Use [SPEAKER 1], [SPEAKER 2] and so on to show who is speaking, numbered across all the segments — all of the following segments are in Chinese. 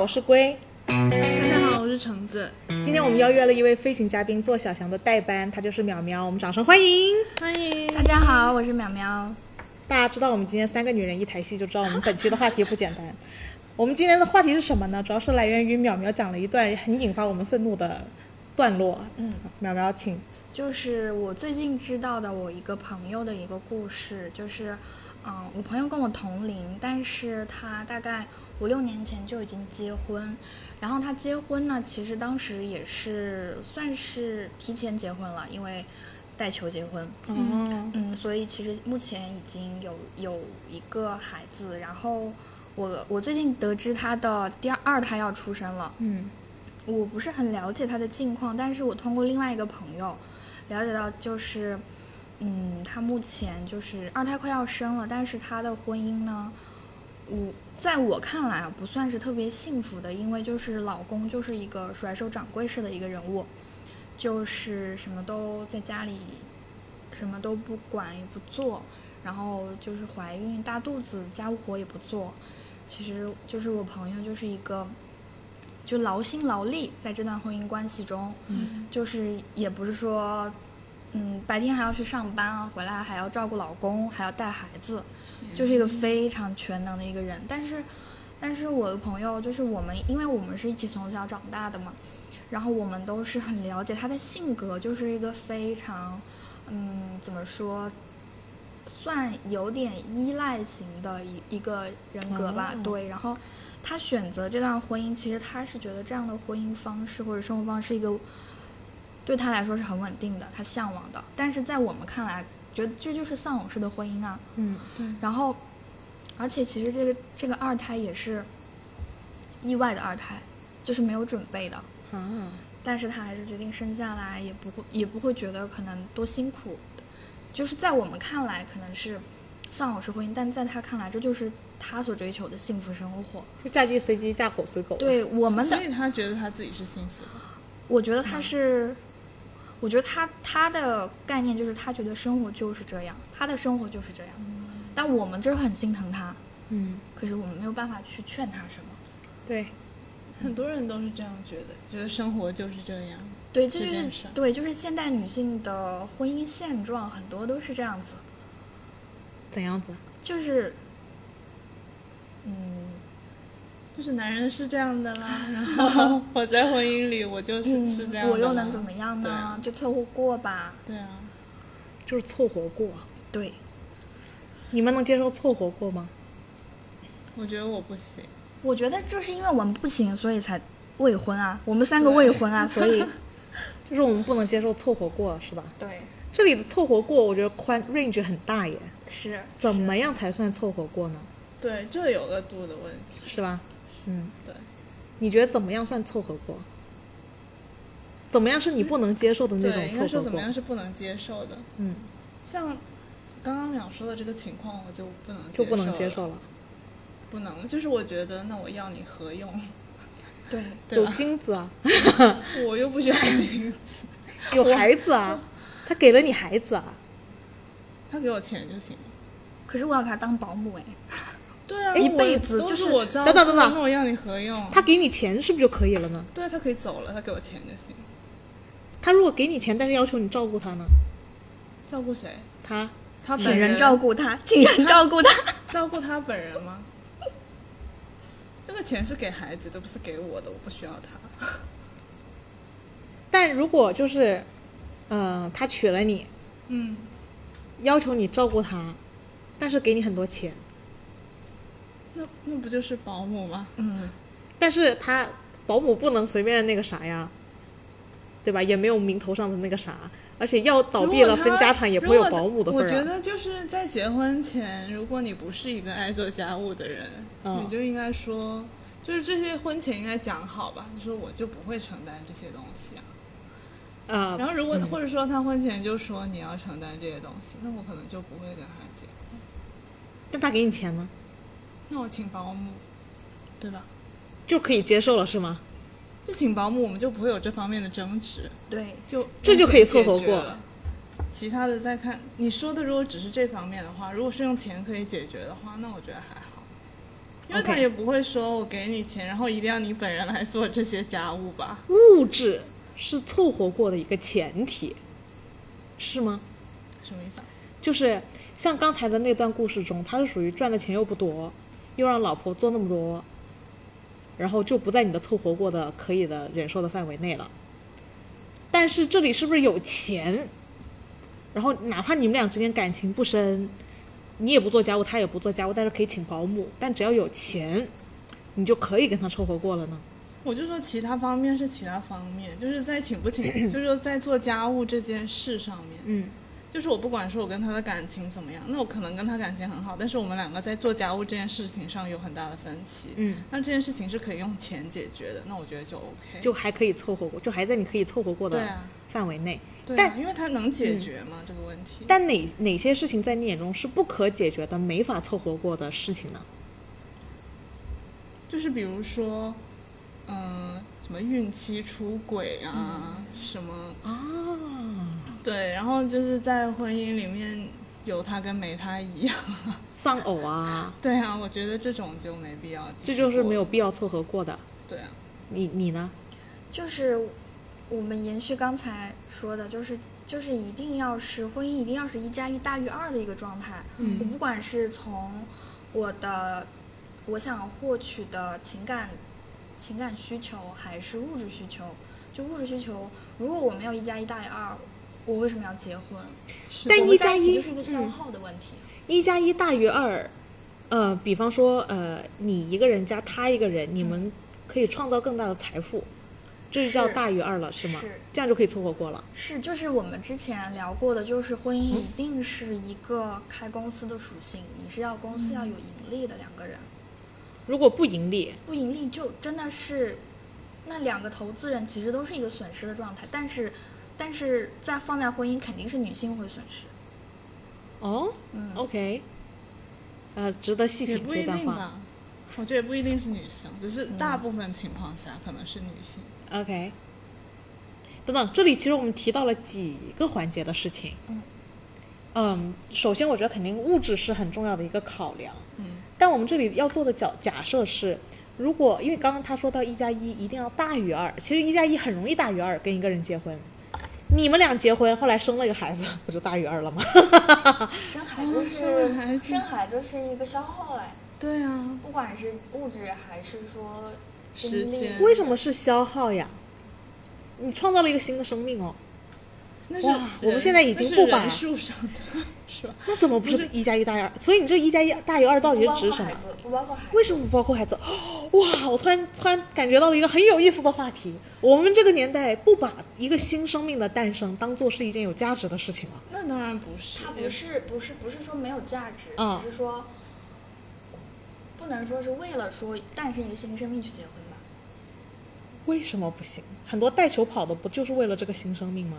[SPEAKER 1] 我是龟。
[SPEAKER 2] 大家好，我是橙子，
[SPEAKER 1] 今天我们邀约了一位飞行嘉宾做小翔的代班，他就是淼淼，我们掌声欢迎。
[SPEAKER 2] 欢迎
[SPEAKER 3] 大家好，我是淼淼。
[SPEAKER 1] 大家知道我们今天三个女人一台戏，就知道我们本期的话题不简单。我们今天的话题是什么呢？主要是来源于淼淼讲了一段很引发我们愤怒的段落。嗯，淼淼，请。
[SPEAKER 3] 就是我最近知道的我一个朋友的一个故事，就是，嗯、我朋友跟我同龄，但是他大概五六年前就已经结婚，然后他结婚呢，其实当时也是算是提前结婚了，因为带球结婚，
[SPEAKER 1] 哦，
[SPEAKER 3] 嗯，所以其实目前已经有有一个孩子，然后我我最近得知他的第二二胎要出生了，
[SPEAKER 1] 嗯，
[SPEAKER 3] 我不是很了解他的近况，但是我通过另外一个朋友了解到，就是，嗯，他目前就是二胎快要生了，但是他的婚姻呢，我在我看来啊，不算是特别幸福的，因为就是老公就是一个甩手掌柜式的一个人物，就是什么都在家里，什么都不管也不做，然后就是怀孕大肚子，家务活也不做，其实就是我朋友就是一个。就劳心劳力在这段婚姻关系中，
[SPEAKER 1] 嗯
[SPEAKER 3] 就是也不是说，嗯，白天还要去上班啊，回来还要照顾老公，还要带孩子，就是一个非常全能的一个人。但是，但是我的朋友就是我们，因为我们是一起从小长大的嘛，然后我们都是很了解他的性格，就是一个非常，嗯，怎么说？算有点依赖型的一一个人格吧，
[SPEAKER 1] 哦
[SPEAKER 3] 对。然后他选择这段婚姻，其实他是觉得这样的婚姻方式或者生活方式一个对他来说是很稳定的，他向往的。但是在我们看来，觉得这就是丧偶式的婚姻啊。
[SPEAKER 1] 嗯，
[SPEAKER 3] 然后，而且其实这个这个二胎也是意外的二胎，就是没有准备的。
[SPEAKER 1] 啊，
[SPEAKER 3] 但是他还是决定生下来，也不会也不会觉得可能多辛苦，就是在我们看来可能是丧偶式婚姻，但在他看来这就是他所追求的幸福生活。
[SPEAKER 1] 就嫁鸡随鸡，嫁狗随狗。，
[SPEAKER 3] 对我们的
[SPEAKER 2] 所以嗯他觉得他自己是幸福的，
[SPEAKER 3] 我觉得他是，我觉得他他的概念就是他觉得生活就是这样，他的生活就是这样。
[SPEAKER 2] 嗯
[SPEAKER 3] 但我们就是很心疼他，
[SPEAKER 1] 嗯，
[SPEAKER 3] 可是我们没有办法去劝他什么。
[SPEAKER 1] 对，
[SPEAKER 2] 很多人都是这样觉得，觉得生活就是这样。
[SPEAKER 3] 对，这
[SPEAKER 2] 这
[SPEAKER 3] 就
[SPEAKER 2] 件
[SPEAKER 3] 是
[SPEAKER 2] 事儿
[SPEAKER 3] 对，就是现代女性的婚姻现状，很多都是这样子，
[SPEAKER 1] 怎样子？
[SPEAKER 3] 就是，嗯，
[SPEAKER 2] 就是男人是这样的 啦，然后我在婚姻里我就是、
[SPEAKER 3] 嗯
[SPEAKER 2] 是这样的啦，
[SPEAKER 3] 我又能怎么样
[SPEAKER 2] 对
[SPEAKER 3] 呢
[SPEAKER 2] 啊？
[SPEAKER 3] 就凑合过吧。
[SPEAKER 2] 对啊，
[SPEAKER 1] 就是凑合过。
[SPEAKER 3] 对，
[SPEAKER 1] 你们能接受凑合过吗？
[SPEAKER 2] 我觉得我不行，
[SPEAKER 3] 我觉得就是因为我们不行，所以才未婚啊，我们三个未婚啊，所以
[SPEAKER 1] 就是我们不能接受凑合过，是吧？
[SPEAKER 3] 对
[SPEAKER 1] 这里的凑合过，我觉得宽 range 很大耶。
[SPEAKER 3] 是
[SPEAKER 1] 怎么样才算凑合过呢？
[SPEAKER 2] 对，这有个度的问题，
[SPEAKER 1] 是吧？嗯，
[SPEAKER 2] 对，
[SPEAKER 1] 你觉得怎么样算凑合过？怎么样是你不能接受的那
[SPEAKER 2] 对，应
[SPEAKER 1] 种
[SPEAKER 2] 该说
[SPEAKER 1] 凑合
[SPEAKER 2] 怎么
[SPEAKER 1] 过？
[SPEAKER 2] 样是不能接受的，
[SPEAKER 1] 嗯，
[SPEAKER 2] 像刚刚淼说的这个情况，我就不能
[SPEAKER 1] 就不能接
[SPEAKER 2] 受
[SPEAKER 1] 受
[SPEAKER 2] 了，
[SPEAKER 1] 了。
[SPEAKER 2] 不能，就是我觉得那我要你何用，
[SPEAKER 3] 对，
[SPEAKER 2] 对
[SPEAKER 1] 有
[SPEAKER 2] 吧？
[SPEAKER 1] 精子啊，
[SPEAKER 2] 我又不需要金子，
[SPEAKER 1] 有孩子啊，他给了你孩子啊。
[SPEAKER 2] 他给我钱就行了。
[SPEAKER 3] 可是我要给他当保姆哎，
[SPEAKER 2] 对啊，
[SPEAKER 1] 一
[SPEAKER 2] 我
[SPEAKER 1] 辈子
[SPEAKER 2] 都
[SPEAKER 1] 就是
[SPEAKER 2] 是我招，
[SPEAKER 1] 等等等等
[SPEAKER 2] 那我要你何用？
[SPEAKER 1] 他给你钱是不是就可以了呢？
[SPEAKER 2] 对他可以走了，他给我钱就行。
[SPEAKER 1] 他如果给你钱，但是要求你照顾他呢？
[SPEAKER 2] 照顾谁？
[SPEAKER 1] 他
[SPEAKER 2] 他
[SPEAKER 3] 请
[SPEAKER 2] 本
[SPEAKER 3] 人照顾他，请人照 顾他。
[SPEAKER 2] 照顾他本人吗？这个钱是给孩子的，不是给我的，我不需要他。
[SPEAKER 1] 但如果就是，呃，他娶了你，
[SPEAKER 2] 嗯，
[SPEAKER 1] 要求你照顾他，但是给你很多钱，
[SPEAKER 2] 那那不就是保姆吗？
[SPEAKER 3] 嗯，
[SPEAKER 1] 但是他保姆不能随便那个啥呀，对吧？也没有名头上的那个啥，而且要倒闭了
[SPEAKER 2] 如果他
[SPEAKER 1] 分家产也不会有
[SPEAKER 2] 如果
[SPEAKER 1] 保姆的份
[SPEAKER 2] 我
[SPEAKER 1] 儿、啊。
[SPEAKER 2] 觉得就是在结婚前，如果你不是一个爱做家务的人，
[SPEAKER 1] 嗯
[SPEAKER 2] 你就应该说，就是这些婚前应该讲好吧。你说我就不会承担这些东西啊。
[SPEAKER 1] 啊、
[SPEAKER 2] 然后如果、或者说他婚前就说你要承担这些东西，那我可能就不会跟他结婚。
[SPEAKER 1] 但他给你钱呢，
[SPEAKER 2] 那我请保姆，对吧？
[SPEAKER 1] 就可以接受了是吗？
[SPEAKER 2] 就请保姆，我们就不会有这方面的争执，
[SPEAKER 3] 对，
[SPEAKER 2] 就
[SPEAKER 1] 这就可以凑合
[SPEAKER 2] 用钱解决
[SPEAKER 1] 过
[SPEAKER 2] 了。其他的再看，你说的如果只是这方面的话，如果是用钱可以解决的话，那我觉得还好。因为他
[SPEAKER 1] OK
[SPEAKER 2] 也不会说我给你钱，然后一定要你本人来做这些家务吧？
[SPEAKER 1] 物质是凑合过的一个前提，是吗？
[SPEAKER 2] 什么意思啊？
[SPEAKER 1] 就是像刚才的那段故事中，他是属于赚的钱又不多，又让老婆做那么多，然后就不在你的凑合过的可以的忍受的范围内了。但是这里是不是有钱？然后哪怕你们俩之间感情不深，你也不做家务，他也不做家务，但是可以请保姆，但只要有钱，你就可以跟他凑合过了呢？
[SPEAKER 2] 我就说其他方面是其他方面，就是在请不请， 就是说在做家务这件事上面，
[SPEAKER 1] 嗯，
[SPEAKER 2] 就是我不管说我跟他的感情怎么样，那我可能跟他感情很好，但是我们两个在做家务这件事情上有很大的分歧，
[SPEAKER 1] 嗯，
[SPEAKER 2] 那这件事情是可以用钱解决的，那我觉得就 OK，
[SPEAKER 1] 就还可以凑合过，就还在你可以凑合过
[SPEAKER 2] 对
[SPEAKER 1] 的
[SPEAKER 2] 啊，
[SPEAKER 1] 范围内。
[SPEAKER 2] 对啊，
[SPEAKER 1] 但嗯
[SPEAKER 2] 因为他能解决嘛、这个问题，
[SPEAKER 1] 但哪哪些事情在你眼中是不可解决的、没法凑合过的事情呢？
[SPEAKER 2] 就是比如说，嗯、什么孕期出轨啊，
[SPEAKER 1] 嗯
[SPEAKER 2] 什么
[SPEAKER 1] 啊，
[SPEAKER 2] 对，然后就是在婚姻里面有他跟没他一样。
[SPEAKER 1] 丧偶啊，
[SPEAKER 2] 对啊，我觉得这种就没必要继
[SPEAKER 1] 这
[SPEAKER 2] 续过了。
[SPEAKER 1] 就是没有必要凑合过的。
[SPEAKER 2] 对啊，
[SPEAKER 1] 你你呢？
[SPEAKER 3] 就是我们延续刚才说的，就是就是一定要是婚姻一定要是一加一大于二的一个状态。
[SPEAKER 1] 嗯
[SPEAKER 3] 我不管是从我的我想获取的情感情感需求，还是物质需求，就物质需求，如果我没有一加一大于二，我为什么要结婚？
[SPEAKER 2] 是
[SPEAKER 1] 但
[SPEAKER 3] 我
[SPEAKER 1] 一
[SPEAKER 3] 们在
[SPEAKER 1] 加
[SPEAKER 3] 起
[SPEAKER 1] 一
[SPEAKER 3] 就是一个消
[SPEAKER 1] 嗯
[SPEAKER 3] 耗的问题。啊
[SPEAKER 1] 一加一大于二，呃，比方说呃，你一个人加他一个人，你们可以创造更大的财富，这就叫
[SPEAKER 3] 是
[SPEAKER 1] 大于二了，是吗
[SPEAKER 3] 是？
[SPEAKER 1] 这样就可以凑合过了。
[SPEAKER 3] 是，就是我们之前聊过的，就是婚姻一定是一个开公司的属性，你是要公司要有盈利的两个人，
[SPEAKER 1] 如果不盈利，
[SPEAKER 3] 不盈利就真的是那两个投资人其实都是一个损失的状态，但是但是在放在婚姻肯定是女性会损失，
[SPEAKER 1] 哦、
[SPEAKER 3] 嗯
[SPEAKER 1] o k 呃，值得细
[SPEAKER 2] 也
[SPEAKER 1] 品
[SPEAKER 2] 不
[SPEAKER 1] 这
[SPEAKER 2] 一
[SPEAKER 1] 段
[SPEAKER 2] 定
[SPEAKER 1] 话。嗯
[SPEAKER 2] 吧。我觉得也不一定是女生，只是大部分情况下可能是女性。
[SPEAKER 1] OK，等等，这里其实我们提到了几个环节的事情。
[SPEAKER 3] 嗯
[SPEAKER 1] 嗯首先我觉得肯定物质是很重要的一个考量，
[SPEAKER 2] 嗯
[SPEAKER 1] 但我们这里要做的假假设是，如果因为刚刚他说到一加一一定要大于二，其实一加一很容易大于二，跟一个人结婚。你们俩结婚，后来生了一个孩子， 不就大于二了吗？
[SPEAKER 3] 生
[SPEAKER 1] 嗯
[SPEAKER 3] 孩子
[SPEAKER 2] 哦
[SPEAKER 3] 是
[SPEAKER 2] 生孩子
[SPEAKER 3] 生孩子是一个消耗哎，
[SPEAKER 2] 对啊，
[SPEAKER 3] 不管是物质还是说精
[SPEAKER 2] 时
[SPEAKER 3] 力
[SPEAKER 2] 间
[SPEAKER 1] 为什么是消耗呀？你创造了一个新的生命哦，
[SPEAKER 2] 那是
[SPEAKER 1] 哇
[SPEAKER 2] 人
[SPEAKER 1] 我们现在已
[SPEAKER 2] 那
[SPEAKER 1] 经
[SPEAKER 2] 是
[SPEAKER 1] 不把
[SPEAKER 2] 人数上的，是吧？
[SPEAKER 1] 那怎么不是一加一大于二？所以你这一加一大于二到底是
[SPEAKER 3] 不包
[SPEAKER 1] 指
[SPEAKER 3] 括
[SPEAKER 1] 什么
[SPEAKER 3] 孩？子，不包括孩子，
[SPEAKER 1] 为什么不包括孩子？ 哇！我突然突然感觉到了一个很有意思的话题。我们这个年代不把一个新生命的诞生当做是一件有价值的事情了。
[SPEAKER 2] 那当然不是，
[SPEAKER 3] 它不是不是不是说没有价值，
[SPEAKER 1] 嗯
[SPEAKER 3] 只是说不能说是为了说诞生一个新生命去结婚吧。
[SPEAKER 1] 为什么不行？很多带球跑的不就是为了这个新生命吗？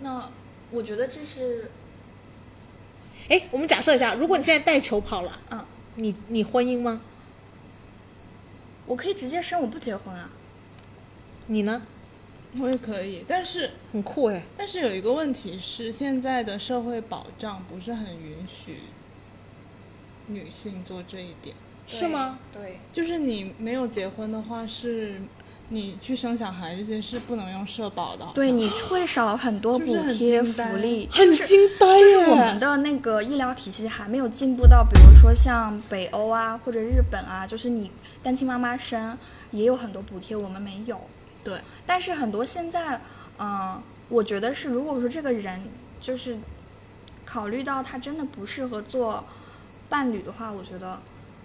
[SPEAKER 3] 那我觉得这是
[SPEAKER 1] 哎，我们假设一下，如果你现在带球跑了，
[SPEAKER 3] 嗯，
[SPEAKER 1] 你你婚姻吗？
[SPEAKER 3] 我可以直接生，我不结婚啊。
[SPEAKER 1] 你呢？
[SPEAKER 2] 我也可以，但是
[SPEAKER 1] 很酷哎。
[SPEAKER 2] 但是有一个问题是，现在的社会保障不是很允许女性做这一点。
[SPEAKER 1] 是吗？
[SPEAKER 3] 对，
[SPEAKER 2] 就是你没有结婚的话，是你去生小孩这些是不能用社保的。好像
[SPEAKER 3] 对，你会少很多
[SPEAKER 2] 是
[SPEAKER 3] 补
[SPEAKER 2] 不是很
[SPEAKER 3] 贴
[SPEAKER 2] 惊呆
[SPEAKER 3] 福利，
[SPEAKER 1] 很
[SPEAKER 3] 就是
[SPEAKER 1] 惊呆耶！
[SPEAKER 3] 就是我们的那个医疗体系还没有进步到，比如说像北欧啊或者日本啊，就是你单亲妈妈生也有很多补贴，我们没有。
[SPEAKER 2] 对，
[SPEAKER 3] 但是很多现在，嗯、我觉得是，如果说这个人就是考虑到他真的不适合做伴侣的话，我觉得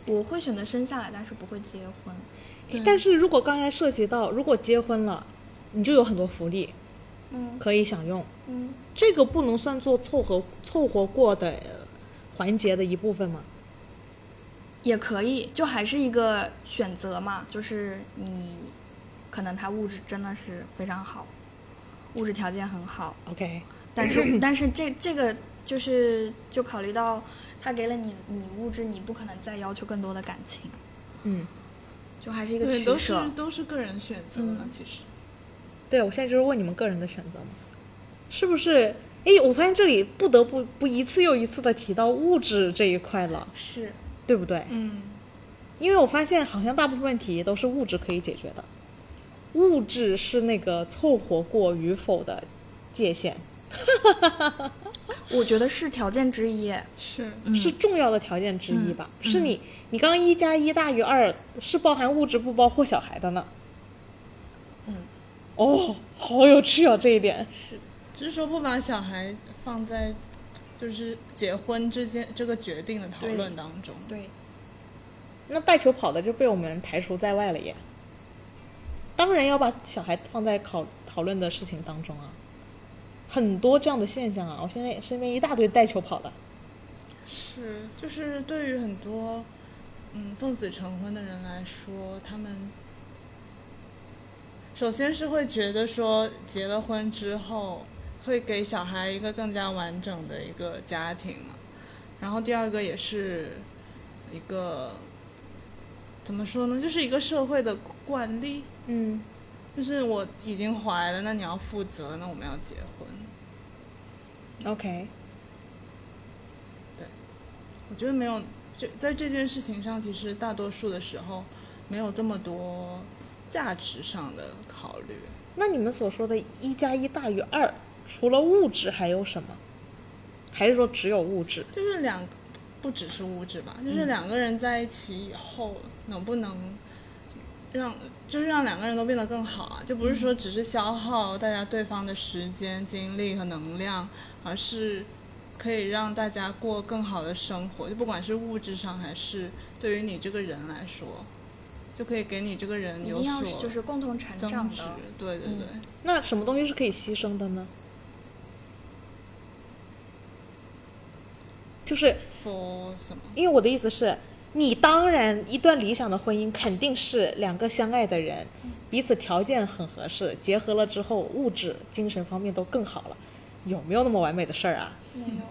[SPEAKER 3] 我会选择生下来，但是不会结婚。
[SPEAKER 1] 诶但是如果刚才涉及到，如果结婚了，你就有很多福利
[SPEAKER 3] 嗯
[SPEAKER 1] 可以享用。
[SPEAKER 3] 嗯，
[SPEAKER 1] 这个不能算作凑合凑合过的呃环节的一部分吗？
[SPEAKER 3] 也可以，就还是一个选择嘛，就是你可能他物质真的是非常好，物质条件很好，
[SPEAKER 1] OK，
[SPEAKER 3] 但 是但是这这个就是就考虑到他给了你你物质，你不可能再要求更多的感情，
[SPEAKER 1] 嗯，
[SPEAKER 3] 就还是一个
[SPEAKER 2] 对，
[SPEAKER 3] 取
[SPEAKER 2] 都是
[SPEAKER 3] 舍。
[SPEAKER 2] 都是个人选择了，其实。
[SPEAKER 1] 对，我现在就是问你们个人的选择嘛，是不是？诶，我发现这里不得不不一次又一次的提到物质这一块了。
[SPEAKER 3] 是
[SPEAKER 1] 对不对？
[SPEAKER 2] 嗯，
[SPEAKER 1] 因为我发现好像大部分问题都是物质可以解决的，物质是那个凑合过与否的界限，
[SPEAKER 3] 我觉得是条件之一。
[SPEAKER 2] 是
[SPEAKER 1] 是重要的条件之一吧？是你你刚一加一大于二是包含物质不包括小孩的呢？嗯，哦，好有趣哦这一点。
[SPEAKER 2] 是，只是说不把小孩放在就是结婚之间这个决定的讨
[SPEAKER 3] 对
[SPEAKER 2] 论当中。
[SPEAKER 3] 对，
[SPEAKER 1] 那带球跑的就被我们排除在外了耶。当然要把小孩放在考讨论的事情当中啊，很多这样的现象啊，我现在身边一大堆带球跑的，
[SPEAKER 2] 是，就是对于很多嗯奉子成婚的人来说，他们首先是会觉得说结了婚之后会给小孩一个更加完整的一个家庭嘛，然后第二个也是一个怎么说呢，就是一个社会的惯例，
[SPEAKER 1] 嗯，
[SPEAKER 2] 就是我已经怀了，那你要负责，那我们要结婚。
[SPEAKER 1] 嗯 OK，
[SPEAKER 2] 我觉得没有，这在这件事情上，其实大多数的时候没有这么多价值上的考虑。
[SPEAKER 1] 那你们所说的“一加一大于二”，除了物质还有什么？还是说只有物质？
[SPEAKER 2] 就是两，不只是物质
[SPEAKER 3] 嗯
[SPEAKER 2] 吧，就是两个人在一起以后，能不能让就是让两个人都变得更好啊？就不是说只是消耗大家对方的时间、精力和能量，而是可以让大家过更好的生活。就不管是物质上，还是对于你这个人来说，就可以给你这个人
[SPEAKER 3] 一
[SPEAKER 2] 有
[SPEAKER 3] 定要
[SPEAKER 2] 所
[SPEAKER 3] 就是共同成长
[SPEAKER 2] 增值
[SPEAKER 3] 的。，
[SPEAKER 2] 对对对，
[SPEAKER 1] 那什么东西是可以牺牲的呢？就是
[SPEAKER 2] ，for 什么？
[SPEAKER 1] 因为我的意思是，你当然一段理想的婚姻肯定是两个相爱的人，彼此条件很合适，结合了之后物质、精神方面都更好了。有没有那么完美的事儿啊？
[SPEAKER 3] 没有，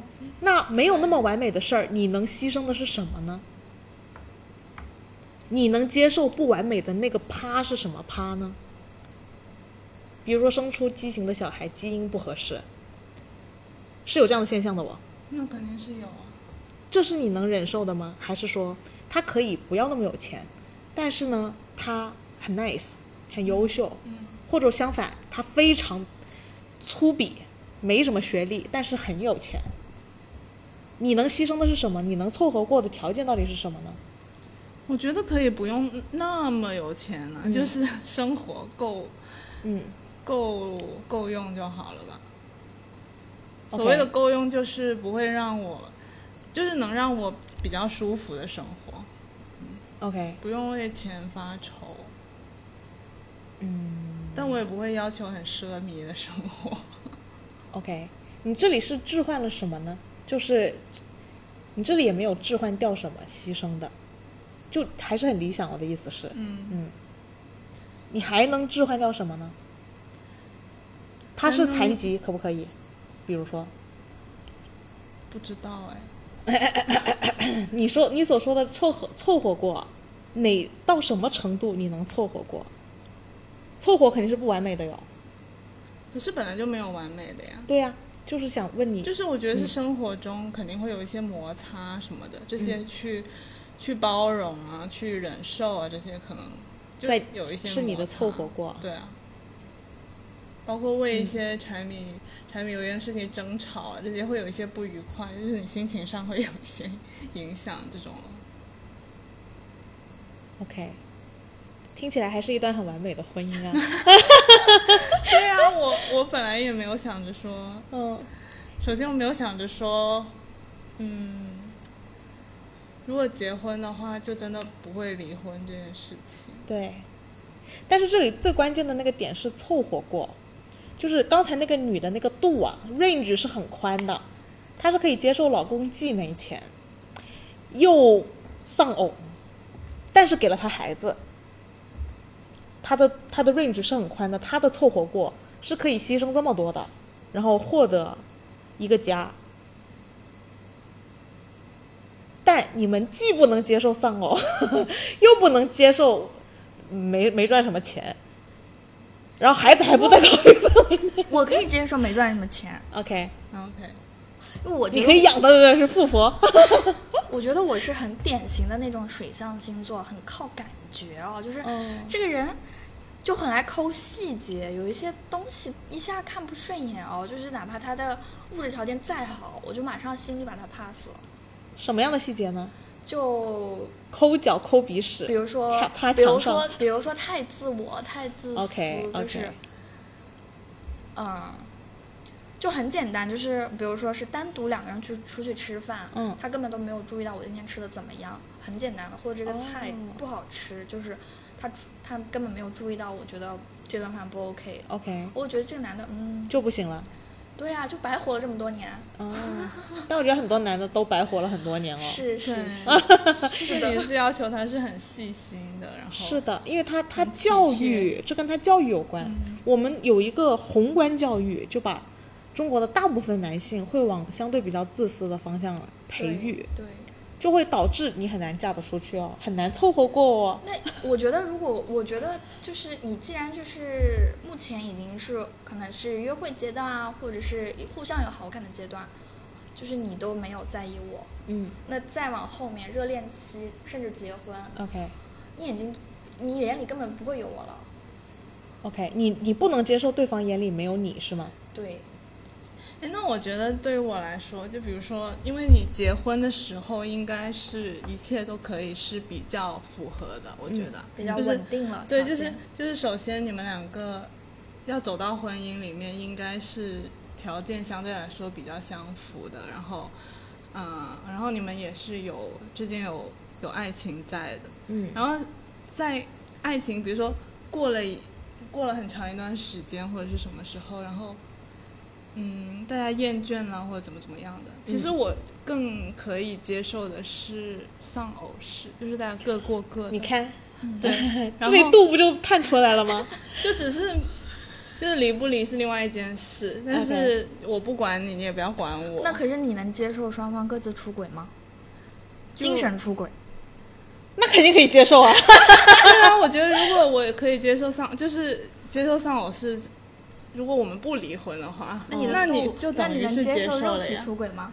[SPEAKER 1] 那没有那么完美的事儿，啊你能牺牲的是什么呢？你能接受不完美的那个趴是什么趴呢？比如说生出畸形的小孩，基因不合适，是有这样的现象的哦。
[SPEAKER 2] 那肯定是有啊。
[SPEAKER 1] 这是你能忍受的吗？还是说他可以不要那么有钱，但是呢，他很 nice，很优秀，嗯，或者相反，他非常粗鄙，没什么学历，但是很有钱。你能牺牲的是什么？你能凑合过的条件到底是什么呢？
[SPEAKER 2] 我觉得可以不用那么有钱了，就是生活够
[SPEAKER 1] 嗯，
[SPEAKER 2] 够够用就好了吧。
[SPEAKER 1] OK
[SPEAKER 2] 所谓的够用，就是不会让我，就是能让我比较舒服的生活，
[SPEAKER 1] OK，
[SPEAKER 2] 不用为钱发愁。嗯，但我也不会要求很奢靡的生活。
[SPEAKER 1] OK，你这里是置换了什么呢？就是你这里也没有置换掉什么牺牲的，就还是很理想。我的意思是，
[SPEAKER 2] 嗯
[SPEAKER 1] 你还能置换掉什么呢？他是残
[SPEAKER 2] 嗯
[SPEAKER 1] 疾，可不可以？比如说，
[SPEAKER 2] 不知道哎，
[SPEAKER 1] 你说你所说的凑合凑合过，哪到什么程度你能凑合过？凑合肯定是不完美的哟。
[SPEAKER 2] 可是本来就没有完美的呀。
[SPEAKER 1] 对呀、就是想问你，
[SPEAKER 2] 就是我觉得
[SPEAKER 1] 嗯
[SPEAKER 2] 是生活中肯定会有一些摩擦什么的，这些去、去包容啊，去忍受啊，这些可能就
[SPEAKER 1] 在
[SPEAKER 2] 有一些
[SPEAKER 1] 是你的
[SPEAKER 2] 摩擦
[SPEAKER 1] 凑合过嗯
[SPEAKER 2] 对啊，包括为一些柴米、柴米油盐的事情争吵啊，这些会有一些不愉快，就是你心情上会有一些影响这种。
[SPEAKER 1] OK，听起来还是一段很完美的婚姻 啊。
[SPEAKER 2] 对啊，我我本来也没有想着说
[SPEAKER 1] 嗯
[SPEAKER 2] 首先，我没有想着说，嗯，如果结婚的话，就真的不会离婚这件事情。
[SPEAKER 1] 对，但是这里最关键的那个点是凑合过，就是刚才那个女的那个度啊，range 是很宽的，她是可以接受老公既没钱，又丧偶，但是给了她孩子，她的她的 range 是很宽的，她的凑合过是可以牺牲这么多的，然后获得一个家。但你们既不能接受丧偶， 又不能接受没没赚什么钱，然后孩子还不在考虑 范围内。
[SPEAKER 3] 我可以接受没赚什么钱，
[SPEAKER 1] OK，
[SPEAKER 2] OK，
[SPEAKER 3] 因为我觉
[SPEAKER 1] 你
[SPEAKER 3] 得
[SPEAKER 1] 可以养的是富婆。
[SPEAKER 3] 我觉得我是很典型的那种水象星座，很靠感觉哦，就是
[SPEAKER 1] 嗯
[SPEAKER 3] 这个人就很爱抠细节，有一些东西一下看不顺眼哦，就是哪怕他的物质条件再好，我就马上心里把他 pass 了。
[SPEAKER 1] 什么样的细节呢？
[SPEAKER 3] 就
[SPEAKER 1] 抠脚、抠鼻屎，
[SPEAKER 3] 比如说
[SPEAKER 1] 擦擦，
[SPEAKER 3] 比如
[SPEAKER 1] 墙
[SPEAKER 3] 说
[SPEAKER 1] 上。，
[SPEAKER 3] 比如说太自我、太自私
[SPEAKER 1] OK
[SPEAKER 3] 就
[SPEAKER 1] OK
[SPEAKER 3] 是，嗯，就很简单，就是比如说是单独两个人去出去吃饭，
[SPEAKER 1] 嗯
[SPEAKER 3] 他根本都没有注意到我今天吃的怎么样，很简单的，或者这个菜
[SPEAKER 1] 哦
[SPEAKER 3] 不好吃，就是他他根本没有注意到，我觉得这顿饭不 OK，
[SPEAKER 1] OK，
[SPEAKER 3] 我觉得这个男的，嗯，
[SPEAKER 1] 就不行了。
[SPEAKER 3] 对啊，就白活了这么多年，
[SPEAKER 1] 哦，但我觉得很多男的都白活了很多年哦。
[SPEAKER 3] 是 是
[SPEAKER 2] 对
[SPEAKER 3] 是，
[SPEAKER 2] 是你是要求他是很细心的，然后
[SPEAKER 1] 是的，因为他他教育，这跟他教育有关。
[SPEAKER 3] 嗯
[SPEAKER 2] 嗯
[SPEAKER 1] 我们有一个宏观教育，就把中国的大部分男性会往相对比较自私的方向培育，
[SPEAKER 3] 对。对
[SPEAKER 1] 就会导致你很难嫁得出去哦，很难凑合过哦。
[SPEAKER 3] 那我觉得，如果我觉得就是你既然就是目前已经是可能是约会阶段啊，或者是互相有好感的阶段，就是你都没有在意我，
[SPEAKER 1] 嗯
[SPEAKER 3] 那再往后面热恋期甚至结婚，
[SPEAKER 1] ，OK
[SPEAKER 3] 你已经你眼里根本不会有我了。
[SPEAKER 1] OK，你你不能接受对方眼里没有你是吗？
[SPEAKER 3] 对，
[SPEAKER 2] 诶哎那我觉得对于我来说，就比如说，因为你结婚的时候，应该是一切都可以是比较符合的，我觉得、
[SPEAKER 3] 嗯比较
[SPEAKER 2] 就是
[SPEAKER 3] 稳定了
[SPEAKER 2] 对，
[SPEAKER 3] 条
[SPEAKER 2] 就是
[SPEAKER 3] 件
[SPEAKER 2] 就是，首先你们两个要走到婚姻里面，应该是条件相对来说比较相符的，然后，嗯、然后你们也是有之间有有爱情在的，
[SPEAKER 1] 嗯
[SPEAKER 2] 然后在爱情，比如说过了一过了很长一段时间或者是什么时候，然后嗯，大家厌倦了或者怎么怎么样的。其实我更可以接受的是丧偶式，就是大家各过各的。
[SPEAKER 1] 你看，
[SPEAKER 2] 对，
[SPEAKER 1] 这
[SPEAKER 2] 然
[SPEAKER 1] 里
[SPEAKER 2] 后
[SPEAKER 1] 度不就探出来了吗？
[SPEAKER 2] 就只是。就是离不离是另外一件事，但是我不管你，你也不要管我。
[SPEAKER 3] 那可是你能接受双方各自出轨吗？
[SPEAKER 2] 就
[SPEAKER 3] 精神出轨，
[SPEAKER 1] 那肯定可以接受啊。
[SPEAKER 2] 对啊，我觉得如果我可以接受丧，就是接受丧偶是，如果我们不离婚的话，
[SPEAKER 3] 那你能
[SPEAKER 2] 那你
[SPEAKER 3] 够
[SPEAKER 2] 就
[SPEAKER 3] 那
[SPEAKER 2] 等
[SPEAKER 3] 你
[SPEAKER 2] 于
[SPEAKER 3] 能
[SPEAKER 2] 是
[SPEAKER 3] 接
[SPEAKER 2] 受
[SPEAKER 3] 肉
[SPEAKER 2] 了
[SPEAKER 3] 体哦
[SPEAKER 2] 呀，
[SPEAKER 3] 出轨吗？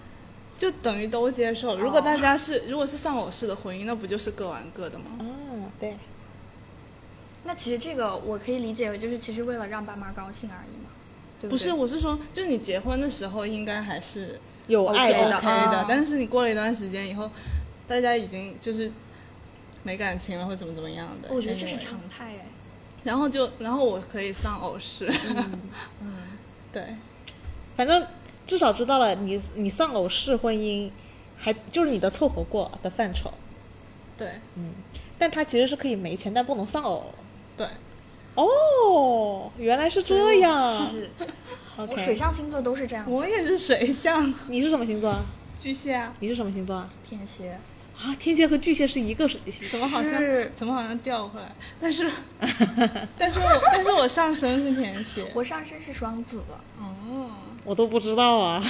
[SPEAKER 2] 就等于都接受了。如果大家是如果是丧偶式的婚姻，那不就是各玩各的吗？
[SPEAKER 3] 嗯
[SPEAKER 1] 啊，对，
[SPEAKER 3] 那其实这个我可以理解为就是其实为了让爸妈高兴而已嘛，对
[SPEAKER 2] 不
[SPEAKER 3] 对
[SPEAKER 2] 是，我是说，就你结婚的时候应该还是
[SPEAKER 1] 有
[SPEAKER 2] OK
[SPEAKER 1] 爱
[SPEAKER 2] 的
[SPEAKER 3] 的啊
[SPEAKER 2] 但是你过了一段时间以后，大家已经就是没感情了，或怎么怎么样的。
[SPEAKER 3] 我觉得这是
[SPEAKER 2] anyway
[SPEAKER 3] 常态哎。
[SPEAKER 2] 然后就然后我可以丧偶式，嗯 对。
[SPEAKER 1] 反正至少知道了你你丧偶式婚姻，还就是你的凑合过的范畴，
[SPEAKER 2] 对
[SPEAKER 1] 但它其实是可以没钱，但不能丧偶。
[SPEAKER 2] 对，
[SPEAKER 1] 哦，原来是这样。
[SPEAKER 3] 是，我水
[SPEAKER 1] OK，
[SPEAKER 3] 象星座都是这样
[SPEAKER 2] 我
[SPEAKER 3] 子，
[SPEAKER 2] 也是水象
[SPEAKER 1] 你是什么星座啊？
[SPEAKER 2] 巨蟹啊，
[SPEAKER 1] 你是什么星座啊？
[SPEAKER 3] 天蝎。
[SPEAKER 1] 啊，天蝎和巨蟹是一个水
[SPEAKER 2] 怎
[SPEAKER 1] 什
[SPEAKER 2] 么好像
[SPEAKER 3] 是
[SPEAKER 2] 怎么好像调回来？但 是，但是我但是我上身是天蝎，
[SPEAKER 3] 我上身是双子，
[SPEAKER 2] 哦，
[SPEAKER 1] 我都不知道啊。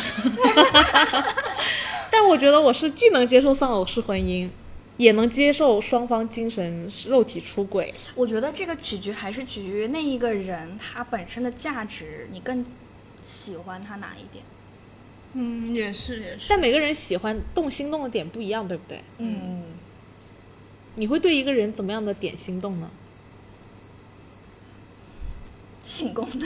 [SPEAKER 1] 但我觉得我是既能接受丧偶式婚姻，也能接受双方精神肉体出轨。
[SPEAKER 3] 我觉得这个取决还是取决于那一个人他本身的价值，你更喜欢他哪一点？
[SPEAKER 2] 嗯，也是也是
[SPEAKER 1] 但，每个人喜欢动心动的点不一样，对不对？
[SPEAKER 3] 嗯，
[SPEAKER 1] 你会对一个人怎么样的点心动呢？
[SPEAKER 3] 性功能， 是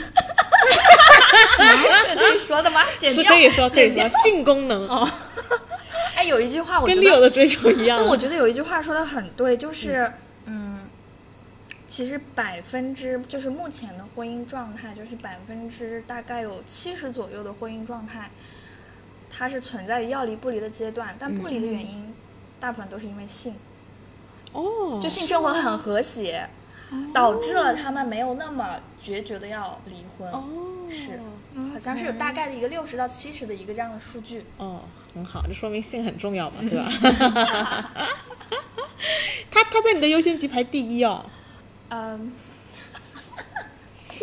[SPEAKER 3] 可以说的吗？剪
[SPEAKER 1] 是
[SPEAKER 3] 掉
[SPEAKER 1] 可。以说可以说性功能
[SPEAKER 3] 哎，有一句话我觉
[SPEAKER 1] 跟利
[SPEAKER 3] 得
[SPEAKER 1] 友的追求一样
[SPEAKER 3] 那
[SPEAKER 1] 啊。
[SPEAKER 3] 我觉得有一句话说的很对，就是嗯其实百分之就是目前的婚姻状态，就是百分之大概有七十左右的婚姻状态，它是存在于要离不离的阶段，但不离的
[SPEAKER 1] 嗯
[SPEAKER 3] 原因，大部分都是因为性，
[SPEAKER 1] 哦，
[SPEAKER 3] 就性生活很和谐，导致了他们没有那么决绝的要离婚。
[SPEAKER 1] 哦
[SPEAKER 3] 是，好像是有大概的一个六十到七十的一个这样的数据。
[SPEAKER 1] 哦，很好，这说明性很重要嘛， 对吧？他他在你的优先级排第一哦，
[SPEAKER 3] 嗯，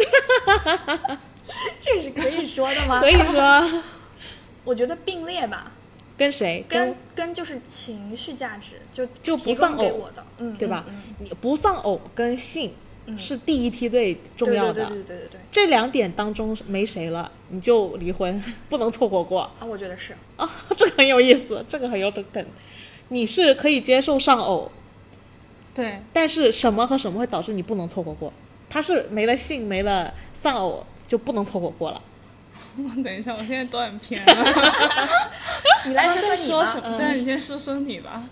[SPEAKER 3] 这是可以说的吗
[SPEAKER 1] 可以说
[SPEAKER 3] 我觉得并列吧，
[SPEAKER 1] 跟谁
[SPEAKER 3] 跟跟就是情绪价值就
[SPEAKER 1] 就不
[SPEAKER 3] 提
[SPEAKER 1] 丧
[SPEAKER 3] 供给
[SPEAKER 1] 偶
[SPEAKER 3] 我的，嗯，
[SPEAKER 1] 对吧
[SPEAKER 3] 嗯嗯？
[SPEAKER 1] 你不丧偶跟性是第一梯队重
[SPEAKER 3] 对
[SPEAKER 1] 要
[SPEAKER 3] 对
[SPEAKER 1] 的，
[SPEAKER 3] 对对对对对
[SPEAKER 1] 这两点当中没谁了，你就 离婚，不能凑合过。
[SPEAKER 3] 啊，我觉得是，
[SPEAKER 1] 啊，这个很有意思，这个很有梗。你是可以接受上偶，
[SPEAKER 2] 对，
[SPEAKER 1] 但是什么和什么会导致你不能凑合过？他是没了性，没了丧偶就不能凑合过了。
[SPEAKER 2] 等一下，我现在都很偏 了。
[SPEAKER 3] 你
[SPEAKER 1] 啊
[SPEAKER 3] 来说说你
[SPEAKER 2] 在说
[SPEAKER 3] 吧
[SPEAKER 2] 什么？对，你先说说你吧。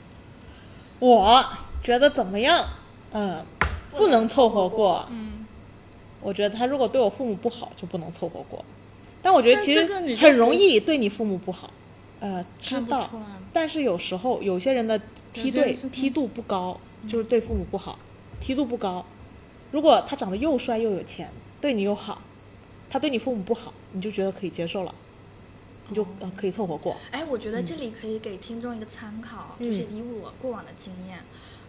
[SPEAKER 1] 我觉得怎么样？嗯，不能凑合过。嗯，我觉得他如果对我父母不好，就不能凑合过。但我觉得
[SPEAKER 2] 但
[SPEAKER 1] 其实
[SPEAKER 2] 这个你就
[SPEAKER 1] 很容易对你父母不好。呃，知
[SPEAKER 2] 看不
[SPEAKER 1] 道
[SPEAKER 2] 出来吗，
[SPEAKER 1] 但是有时候有些人的梯
[SPEAKER 2] 有些人
[SPEAKER 1] 队
[SPEAKER 2] 是嗯
[SPEAKER 1] 梯度不高，就是对父母不好，梯度不高。如果他长得又帅又有钱，对你又好，他对你父母不好，你就觉得可以接受了，你就
[SPEAKER 2] 哦
[SPEAKER 1] 呃可以凑合过。
[SPEAKER 3] 哎，我
[SPEAKER 1] 嗯
[SPEAKER 3] 觉得这里可以给听众一个参考，就是以我过往的经验，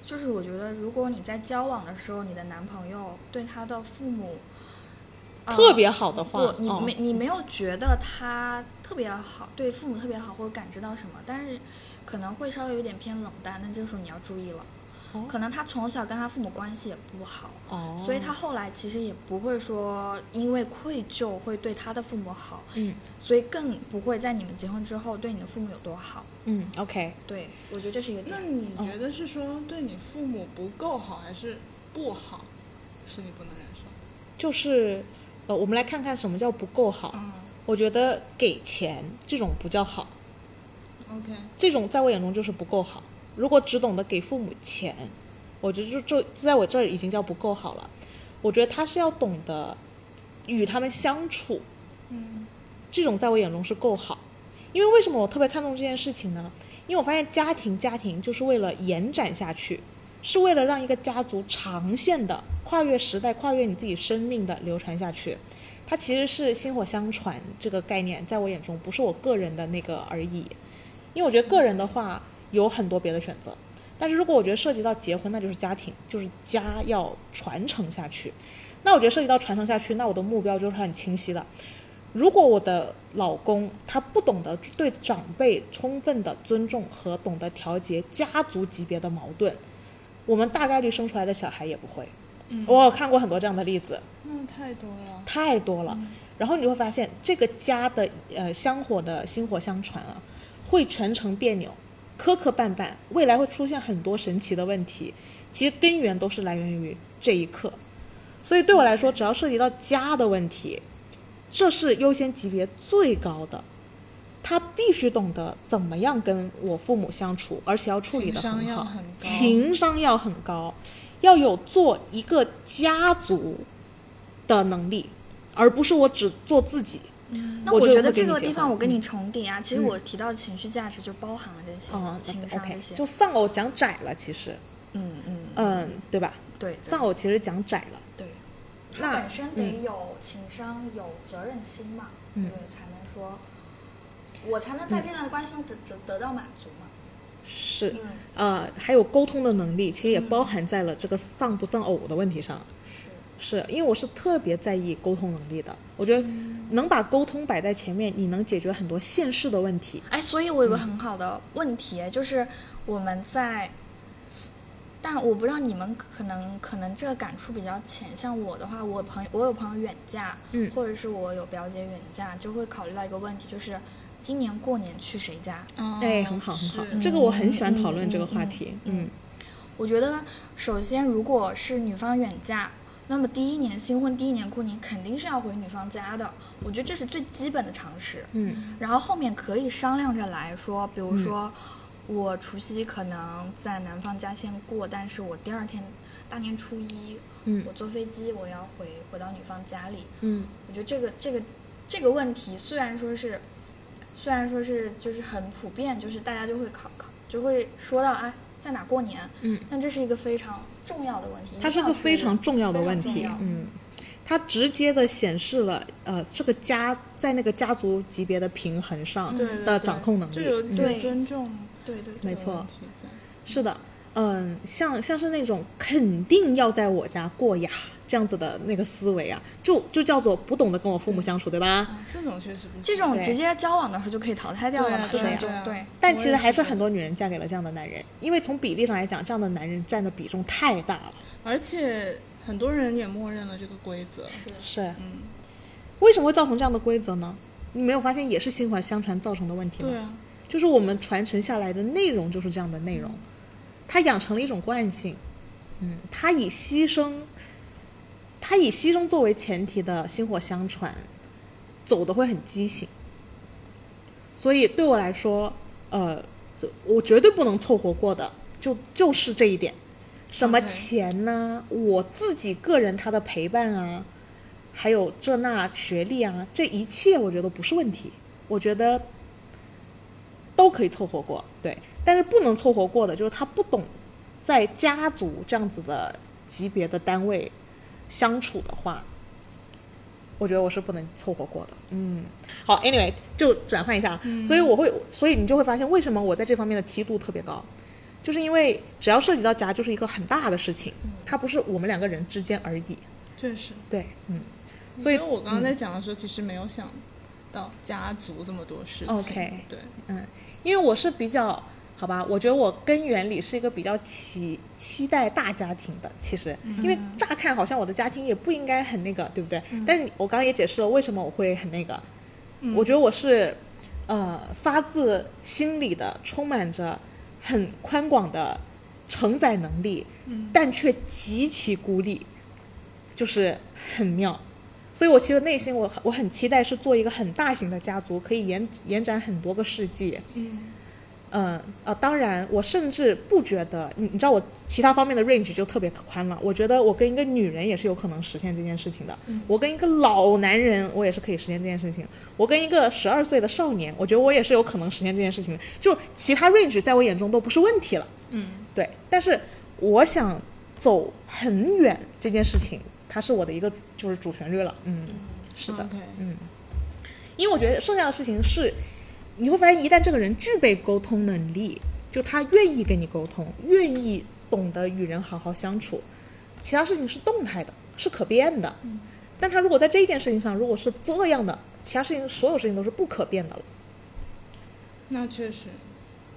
[SPEAKER 3] 就是我觉得如果你在交往的时候，你的男朋友对他的父母、
[SPEAKER 2] 哦
[SPEAKER 3] 呃
[SPEAKER 1] 特别好的话
[SPEAKER 3] 不，，你
[SPEAKER 1] 哦
[SPEAKER 3] 没、你没有觉得他特别好，对父母特别好，或者感知到什么，但是可能会稍微有点偏冷淡，那这个时候你要注意了。
[SPEAKER 1] 哦
[SPEAKER 3] 可能他从小跟他父母关系也不好，
[SPEAKER 1] 哦，
[SPEAKER 3] 所以他后来其实也不会说因为愧疚会对他的父母好，
[SPEAKER 1] 嗯
[SPEAKER 3] 所以更不会在你们结婚之后对你的父母有多好。
[SPEAKER 1] 嗯，OK，
[SPEAKER 3] 对，我觉得这是一个点
[SPEAKER 2] 那。你觉得是说对你父母不够好，还是不好，是你不能忍受的？
[SPEAKER 1] 就是呃，我们来看看什么叫不够好。
[SPEAKER 2] 嗯
[SPEAKER 1] 我觉得给钱这种不叫好，
[SPEAKER 2] ，OK，
[SPEAKER 1] 这种在我眼中就是不够好。如果只懂得给父母钱，我觉得就就在我这儿已经叫不够好了。我觉得他是要懂得与他们相处，
[SPEAKER 2] 嗯，
[SPEAKER 1] 这种在我眼中是够好。因为为什么我特别看重这件事情呢？因为我发现家庭家庭就是为了延展下去，是为了让一个家族长线的跨越时代、跨越你自己生命的流传下去。它其实是薪火相传这个概念，在我眼中不是我个人的那个而已。因为我觉得个人的话有很多别的选择，但是如果我觉得涉及到结婚，那就是家庭，就是家要传承下去。那我觉得涉及到传承下去，那我的目标就是很清晰的。如果我的老公他不懂得对长辈充分的尊重和懂得调节家族级别的矛盾，我们大概率生出来的小孩也不会。
[SPEAKER 2] 嗯
[SPEAKER 1] 我有看过很多这样的例子，
[SPEAKER 2] 那太多了。
[SPEAKER 1] 太多
[SPEAKER 2] 嗯
[SPEAKER 1] 了。然后你就会发现，这个家的呃香火的薪火相传啊，会全程别扭，磕磕绊绊，未来会出现很多神奇的问题。其实根源都是来源于这一刻。所以对我来
[SPEAKER 2] 嗯
[SPEAKER 1] 说，只要涉及到家的问题，这是优先级别最高的。他必须懂得怎么样跟我父母相处，而且要处理的
[SPEAKER 2] 情商
[SPEAKER 1] 很
[SPEAKER 2] 要
[SPEAKER 1] 好，
[SPEAKER 2] 很高
[SPEAKER 1] 情商要很高，要有做一个家族的能力，而不是我只做自己。
[SPEAKER 3] 嗯那
[SPEAKER 1] 我
[SPEAKER 3] 我
[SPEAKER 1] 就
[SPEAKER 3] 觉得
[SPEAKER 1] 会跟
[SPEAKER 3] 这
[SPEAKER 1] 你
[SPEAKER 3] 个
[SPEAKER 1] 结
[SPEAKER 3] 地
[SPEAKER 1] 婚
[SPEAKER 3] 方我跟你重叠啊，其实我提到的情绪价值就包含了这些、
[SPEAKER 1] 嗯
[SPEAKER 3] 情商
[SPEAKER 1] ，OK，
[SPEAKER 3] 这些。
[SPEAKER 1] 就丧偶讲窄了，其实，
[SPEAKER 3] 嗯嗯，
[SPEAKER 1] 嗯，对吧？
[SPEAKER 3] 对，对
[SPEAKER 1] 丧偶其实讲窄了，
[SPEAKER 3] 对，
[SPEAKER 1] 那
[SPEAKER 3] 他本身得有情商、有责任心嘛，
[SPEAKER 1] 嗯
[SPEAKER 3] 对，才能说，我才能在这段关系中得得得到满足嘛。
[SPEAKER 1] 是
[SPEAKER 3] 嗯，
[SPEAKER 1] 呃，还有沟通的能力，其实也包含在了这个丧不丧偶的问题上。
[SPEAKER 3] 是，
[SPEAKER 1] 是因为我是特别在意沟通能力的，我觉得
[SPEAKER 3] 嗯
[SPEAKER 1] 能把沟通摆在前面，你能解决很多现实的问题。
[SPEAKER 3] 哎，所以我有个很好的问题，就是我们在。但我不知道你们可能可能这个感触比较浅，像我的话，我朋友我有朋友远嫁，
[SPEAKER 1] 嗯
[SPEAKER 3] 或者是我有表姐远嫁，就会考虑到一个问题，就是今年过年去谁家？
[SPEAKER 1] 哎，很好，很好，
[SPEAKER 2] 嗯哦是
[SPEAKER 1] 这个我很喜欢讨论这个话题。
[SPEAKER 3] 嗯我觉得，首先如果是女方远嫁，那么第一年新婚第一年过年肯定是要回女方家的，我觉得这是最基本的常识。
[SPEAKER 1] 嗯
[SPEAKER 3] 然后后面可以商量着来说，比如说我除夕可能在男方家先过，但是我第二天大年初一，
[SPEAKER 1] 嗯
[SPEAKER 3] 我坐飞机我要回回到女方家里。
[SPEAKER 1] 嗯
[SPEAKER 3] 我觉得这个这个这个问题虽然说是，虽然说是就是很普遍，就是大家就会考考就会说到哎在哪过年，
[SPEAKER 1] 嗯，
[SPEAKER 3] 但这是一个非常重要的问题，
[SPEAKER 1] 它
[SPEAKER 3] 一
[SPEAKER 1] 是
[SPEAKER 3] 定
[SPEAKER 1] 个
[SPEAKER 3] 要
[SPEAKER 1] 非
[SPEAKER 3] 处理
[SPEAKER 1] 常重要的
[SPEAKER 3] 非常
[SPEAKER 1] 问
[SPEAKER 3] 重
[SPEAKER 1] 题
[SPEAKER 3] 要，
[SPEAKER 1] 嗯，它直接的显示了呃这个家在那个家族级别的平衡上
[SPEAKER 2] 对对对
[SPEAKER 1] 的掌控能力，嗯
[SPEAKER 2] 就有一
[SPEAKER 3] 对
[SPEAKER 2] 些尊重
[SPEAKER 3] 对对对
[SPEAKER 1] 没
[SPEAKER 2] 的
[SPEAKER 1] 错
[SPEAKER 2] 问题在。
[SPEAKER 1] 是的，嗯，像像是那种肯定要在我家过呀这样子的那个思维啊，就就叫做不懂得跟我父母相处，对吧？
[SPEAKER 2] 啊，这种确实不行
[SPEAKER 3] 这种
[SPEAKER 1] 对
[SPEAKER 3] 直接交往的时候就可以淘汰掉了嘛，
[SPEAKER 2] 对
[SPEAKER 3] 这
[SPEAKER 2] 啊
[SPEAKER 3] 种
[SPEAKER 2] 对啊
[SPEAKER 3] 就
[SPEAKER 2] 对啊
[SPEAKER 3] 对。
[SPEAKER 1] 但
[SPEAKER 2] 我
[SPEAKER 1] 其实
[SPEAKER 2] 也
[SPEAKER 1] 还
[SPEAKER 2] 是
[SPEAKER 1] 是
[SPEAKER 2] 觉
[SPEAKER 1] 很多女人嫁给了这样的男人，因为从比例上来讲，这样的男人占的比重太大了。
[SPEAKER 2] 而且很多人也默认了这个规则。
[SPEAKER 1] 是，啊
[SPEAKER 2] 嗯，
[SPEAKER 1] 为什么会造成这样的规则呢？你没有发现也是薪火相传造成的问题吗？
[SPEAKER 2] 对啊，
[SPEAKER 1] 就是我们传承下来的内容就是这样的内
[SPEAKER 2] 嗯
[SPEAKER 1] 容，它养成了一种惯性，嗯，它以牺牲，它以牺牲作为前提的薪火相传，走的会很畸形。所以对我来说，呃，我绝对不能凑合过的，就就是这一点，什么
[SPEAKER 2] OK
[SPEAKER 1] 钱呐、我自己个人他的陪伴啊，还有这那学历啊，这一切我觉得不是问题，我觉得都可以凑合过，对。但是不能凑合过的就是他不懂在家族这样子的级别的单位相处的话，我觉得我是不能凑合过的。嗯，好，anyway 就转换一下，啊所以我会，所以你就会发现为什么我在这方面的梯度特别高，就是因为只要涉及到家，就是一个很大的事情，它不是我们两个人之间而已。
[SPEAKER 2] 确实。
[SPEAKER 1] 对，嗯，所以嗯
[SPEAKER 2] 我觉得我刚刚在讲的时候，其实没有想到家族这么多事情。
[SPEAKER 1] OK
[SPEAKER 2] 对，
[SPEAKER 1] 嗯，因为我是比较好吧，我觉得我根源里是一个比较期期待大家庭的，其实，因为乍看好像我的家庭也不应该很那个，对不对？但是你我刚刚也解释了为什么我会很那个，我觉得我是呃发自心里的，充满着很宽广的承载能力，但却极其孤立，就是很妙。所以我其实内心我很我很期待是做一个很大型的家族，可以延延展很多个世纪。
[SPEAKER 2] 嗯，
[SPEAKER 1] 嗯呃，当然，我甚至不觉得，你你知道我其他方面的 range 就特别宽了。我觉得我跟一个女人也是有可能实现这件事情的，我跟一个老男人我也是可以实现这件事情，我跟一个十二岁的少年，我觉得我也是有可能实现这件事情的。就其他 range 在我眼中都不是问题了。
[SPEAKER 2] 嗯，
[SPEAKER 1] 对，但是我想走很远这件事情，它是我的一个就是主旋律了。嗯，是的，
[SPEAKER 2] OK
[SPEAKER 1] 嗯，因为我觉得剩下的事情是，你会发现一旦这个人具备沟通能力，就他愿意跟你沟通，愿意懂得与人好好相处，其他事情是动态的，是可变的。嗯，但他如果在这一件事情上如果是这样的，其他事情所有事情都是不可变的了，
[SPEAKER 2] 那确实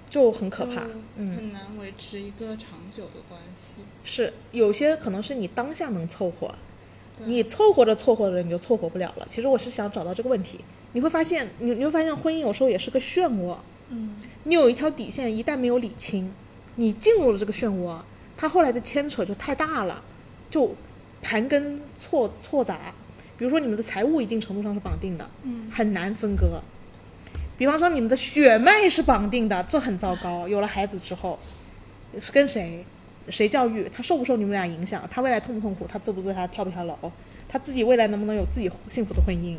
[SPEAKER 1] 就很可怕
[SPEAKER 2] 就。
[SPEAKER 1] 嗯，
[SPEAKER 2] 很难维持一个长久的关系。
[SPEAKER 1] 是有些可能是你当下能凑合，
[SPEAKER 2] 对
[SPEAKER 1] 你凑合着凑合着你就凑合不了了。其实我是想找到这个问题，你会发现，你你会发现婚姻有时候也是个漩涡，
[SPEAKER 3] 嗯，
[SPEAKER 1] 你有一条底线，一旦没有理清，你进入了这个漩涡，它后来的牵扯就太大了，就盘根错错杂。比如说你们的财务一定程度上是绑定的，
[SPEAKER 2] 嗯，
[SPEAKER 1] 很难分割。比方说你们的血脉是绑定的，这很糟糕。有了孩子之后，是跟谁，谁教育他，受不受你们俩影响，他未来痛不痛苦，他自不自杀，跳不跳楼，他自己未来能不能有自己幸福的婚姻，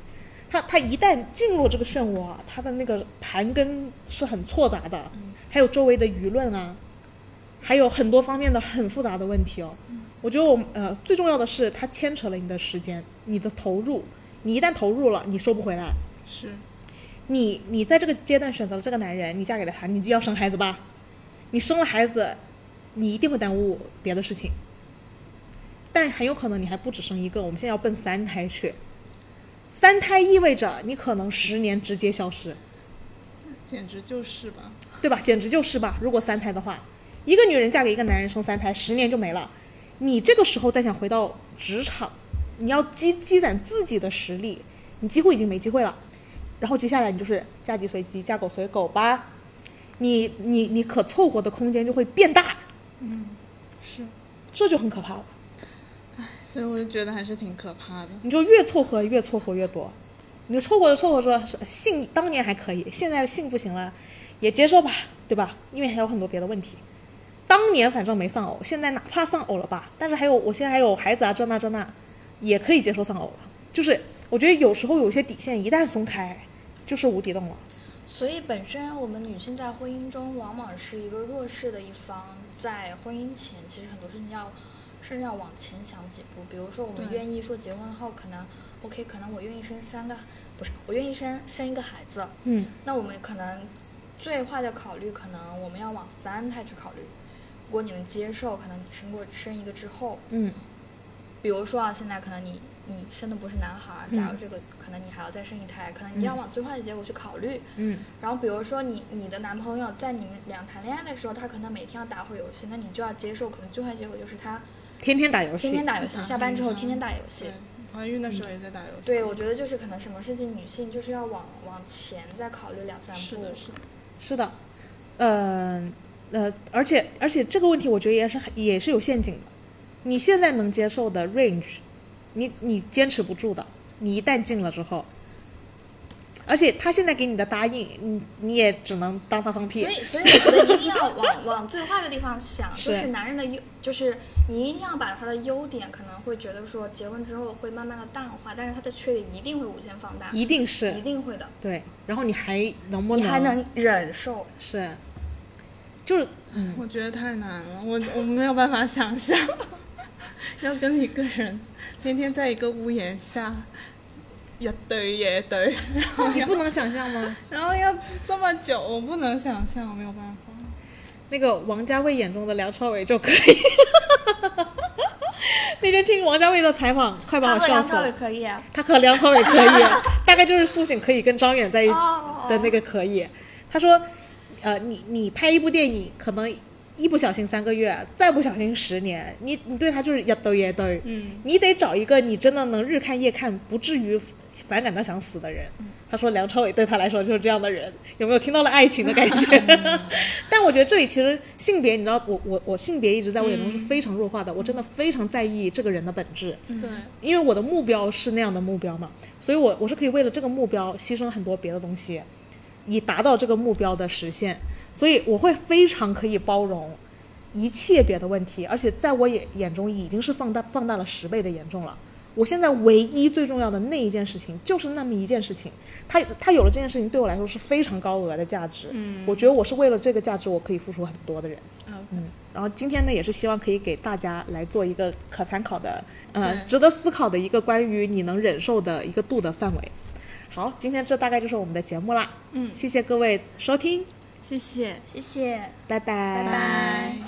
[SPEAKER 1] 他他一旦进入这个漩涡啊，他的那个盘根是很错杂的，还有周围的舆论啊，还有很多方面的很复杂的问题哦。我觉得我呃最重要的是它牵扯了你的时间，你的投入，你一旦投入了，你收不回来。
[SPEAKER 2] 是，
[SPEAKER 1] 你你在这个阶段选择了这个男人，你嫁给了他，你就要生孩子吧？你生了孩子，你一定会耽误别的事情，但很有可能你还不止生一个。我们现在要奔三胎去，三胎意味着你可能十年直接消失，
[SPEAKER 2] 简直就是吧。
[SPEAKER 1] 对吧？简直就是吧！如果三胎的话，一个女人嫁给一个男人生三胎，十年就没了。你这个时候再想回到职场，你要积积攒自己的实力，你几乎已经没机会了。然后接下来你就是嫁鸡随鸡，嫁狗随狗吧，你你你可凑合的空间就会变大，
[SPEAKER 2] 是，
[SPEAKER 1] 这就很可怕了。
[SPEAKER 2] 所以我就觉得还是挺可怕的。
[SPEAKER 1] 你就越凑合越凑合越多，你凑合着凑合着，性当年还可以，现在性不行了，也接受吧，对吧？因为还有很多别的问题。当年反正没丧偶，现在哪怕丧偶了吧，但是还有我现在还有孩子啊，这那这那，也可以接受丧偶了。就是我觉得有时候有些底线一旦松开，就是无底洞了。
[SPEAKER 3] 所以本身我们女性在婚姻中往往是一个弱势的一方，在婚姻前其实很多事情要甚至要往前想几步。比如说，我们
[SPEAKER 2] 对
[SPEAKER 3] 愿意说结婚后可能 OK，可能我愿意生三个，不是我愿意生生一个孩子，
[SPEAKER 1] 嗯，
[SPEAKER 3] 那我们可能最坏的考虑，可能我们要往三胎去考虑。如果你能接受，可能你生过生一个之后，
[SPEAKER 1] 嗯
[SPEAKER 3] 比如说啊，现在可能你你生的不是男孩儿，假如这个、可能你还要再生一胎，可能你要往最坏的结果去考虑。
[SPEAKER 1] 嗯
[SPEAKER 3] 然后比如说你你的男朋友在你们俩谈恋爱的时候，他可能每天要打会游戏，那你就要接受，可能最坏结果就是他
[SPEAKER 1] 天天打游戏，嗯
[SPEAKER 3] 天天打游戏，
[SPEAKER 2] 打
[SPEAKER 3] 下班之后
[SPEAKER 2] 很长
[SPEAKER 3] 天天打游戏
[SPEAKER 2] 对。，怀孕的时候也在打游戏。
[SPEAKER 3] 对，我觉得就是可能什么事情女性就是要往往前再考虑两三步。
[SPEAKER 2] 是的，是的，
[SPEAKER 1] 是的，呃呃，而且而且这个问题我觉得也是很也是有陷阱的。你现在能接受的 range，你你坚持不住的，你一旦进了之后，而且他现在给你的答应，你你也只能当他放屁
[SPEAKER 3] 所。以，所以我觉得一定要往往最坏的地方想，就是是男人的优，就是你一定要把他的优点，可能会觉得说结婚之后会慢慢的淡化，但是他的缺点一定会无限放大，
[SPEAKER 1] 一定是
[SPEAKER 3] 一定会的，
[SPEAKER 1] 对，然后你还能不
[SPEAKER 3] 你还能忍受。
[SPEAKER 1] 是，就是嗯
[SPEAKER 2] 我觉得太难了，我我没有办法想象，要跟一个人天天在一个屋檐下一堆一堆，
[SPEAKER 1] 你不能想象吗？
[SPEAKER 2] 然后要这么久，我不能想象，我没有办法。
[SPEAKER 1] 那个王家卫眼中的梁朝伟就可以。 那天听王家卫的采访，快把
[SPEAKER 3] 他
[SPEAKER 1] 我
[SPEAKER 3] 和
[SPEAKER 1] 笑
[SPEAKER 3] 梁
[SPEAKER 1] 死
[SPEAKER 3] 朝伟
[SPEAKER 1] 了。
[SPEAKER 3] 可以啊，
[SPEAKER 1] 他和梁朝伟可以， 大概就是苏醒可以跟张远在一起
[SPEAKER 3] 哦
[SPEAKER 1] 的那个可以。他说，呃，你你拍一部电影，可能一不小心三个月，再不小心十年，你你对他就是一兜一兜。
[SPEAKER 2] 嗯，
[SPEAKER 1] 你得找一个你真的能日看夜看，不至于反感到想死的人。他说梁朝伟对他来说就是这样的人，有没有听到了爱情的感 觉？但我觉得这里其实性别，你知道，我我我性别一直在我眼中是
[SPEAKER 3] 嗯
[SPEAKER 1] 非常弱化的，我真的非常在意这个人的本质，
[SPEAKER 2] 对，
[SPEAKER 1] 因为我的目标是那样的目标嘛，所以我我是可以为了这个目标牺牲很多别的东西，以达到这个目标的实现，所以我会非常可以包容。一切别的问题，而且在我眼眼中已经是放大放大了十倍的严重了。我现在唯一最重要的那一件事情，就是那么一件事情。他他有了这件事情，对我来说是非常高额的价值。嗯，我觉得我是为了这个价值，我可以付出很多的人。
[SPEAKER 2] 嗯，
[SPEAKER 1] 嗯，然后今天呢，也是希望可以给大家来做一个可参考的，呃，
[SPEAKER 2] 对
[SPEAKER 1] 值得思考的一个关于你能忍受的一个度的范围。好，今天这大概就是我们的节目啦。
[SPEAKER 2] 嗯
[SPEAKER 1] 谢谢各位收听，
[SPEAKER 2] 谢谢。
[SPEAKER 3] 谢谢，
[SPEAKER 1] 拜拜
[SPEAKER 3] 拜拜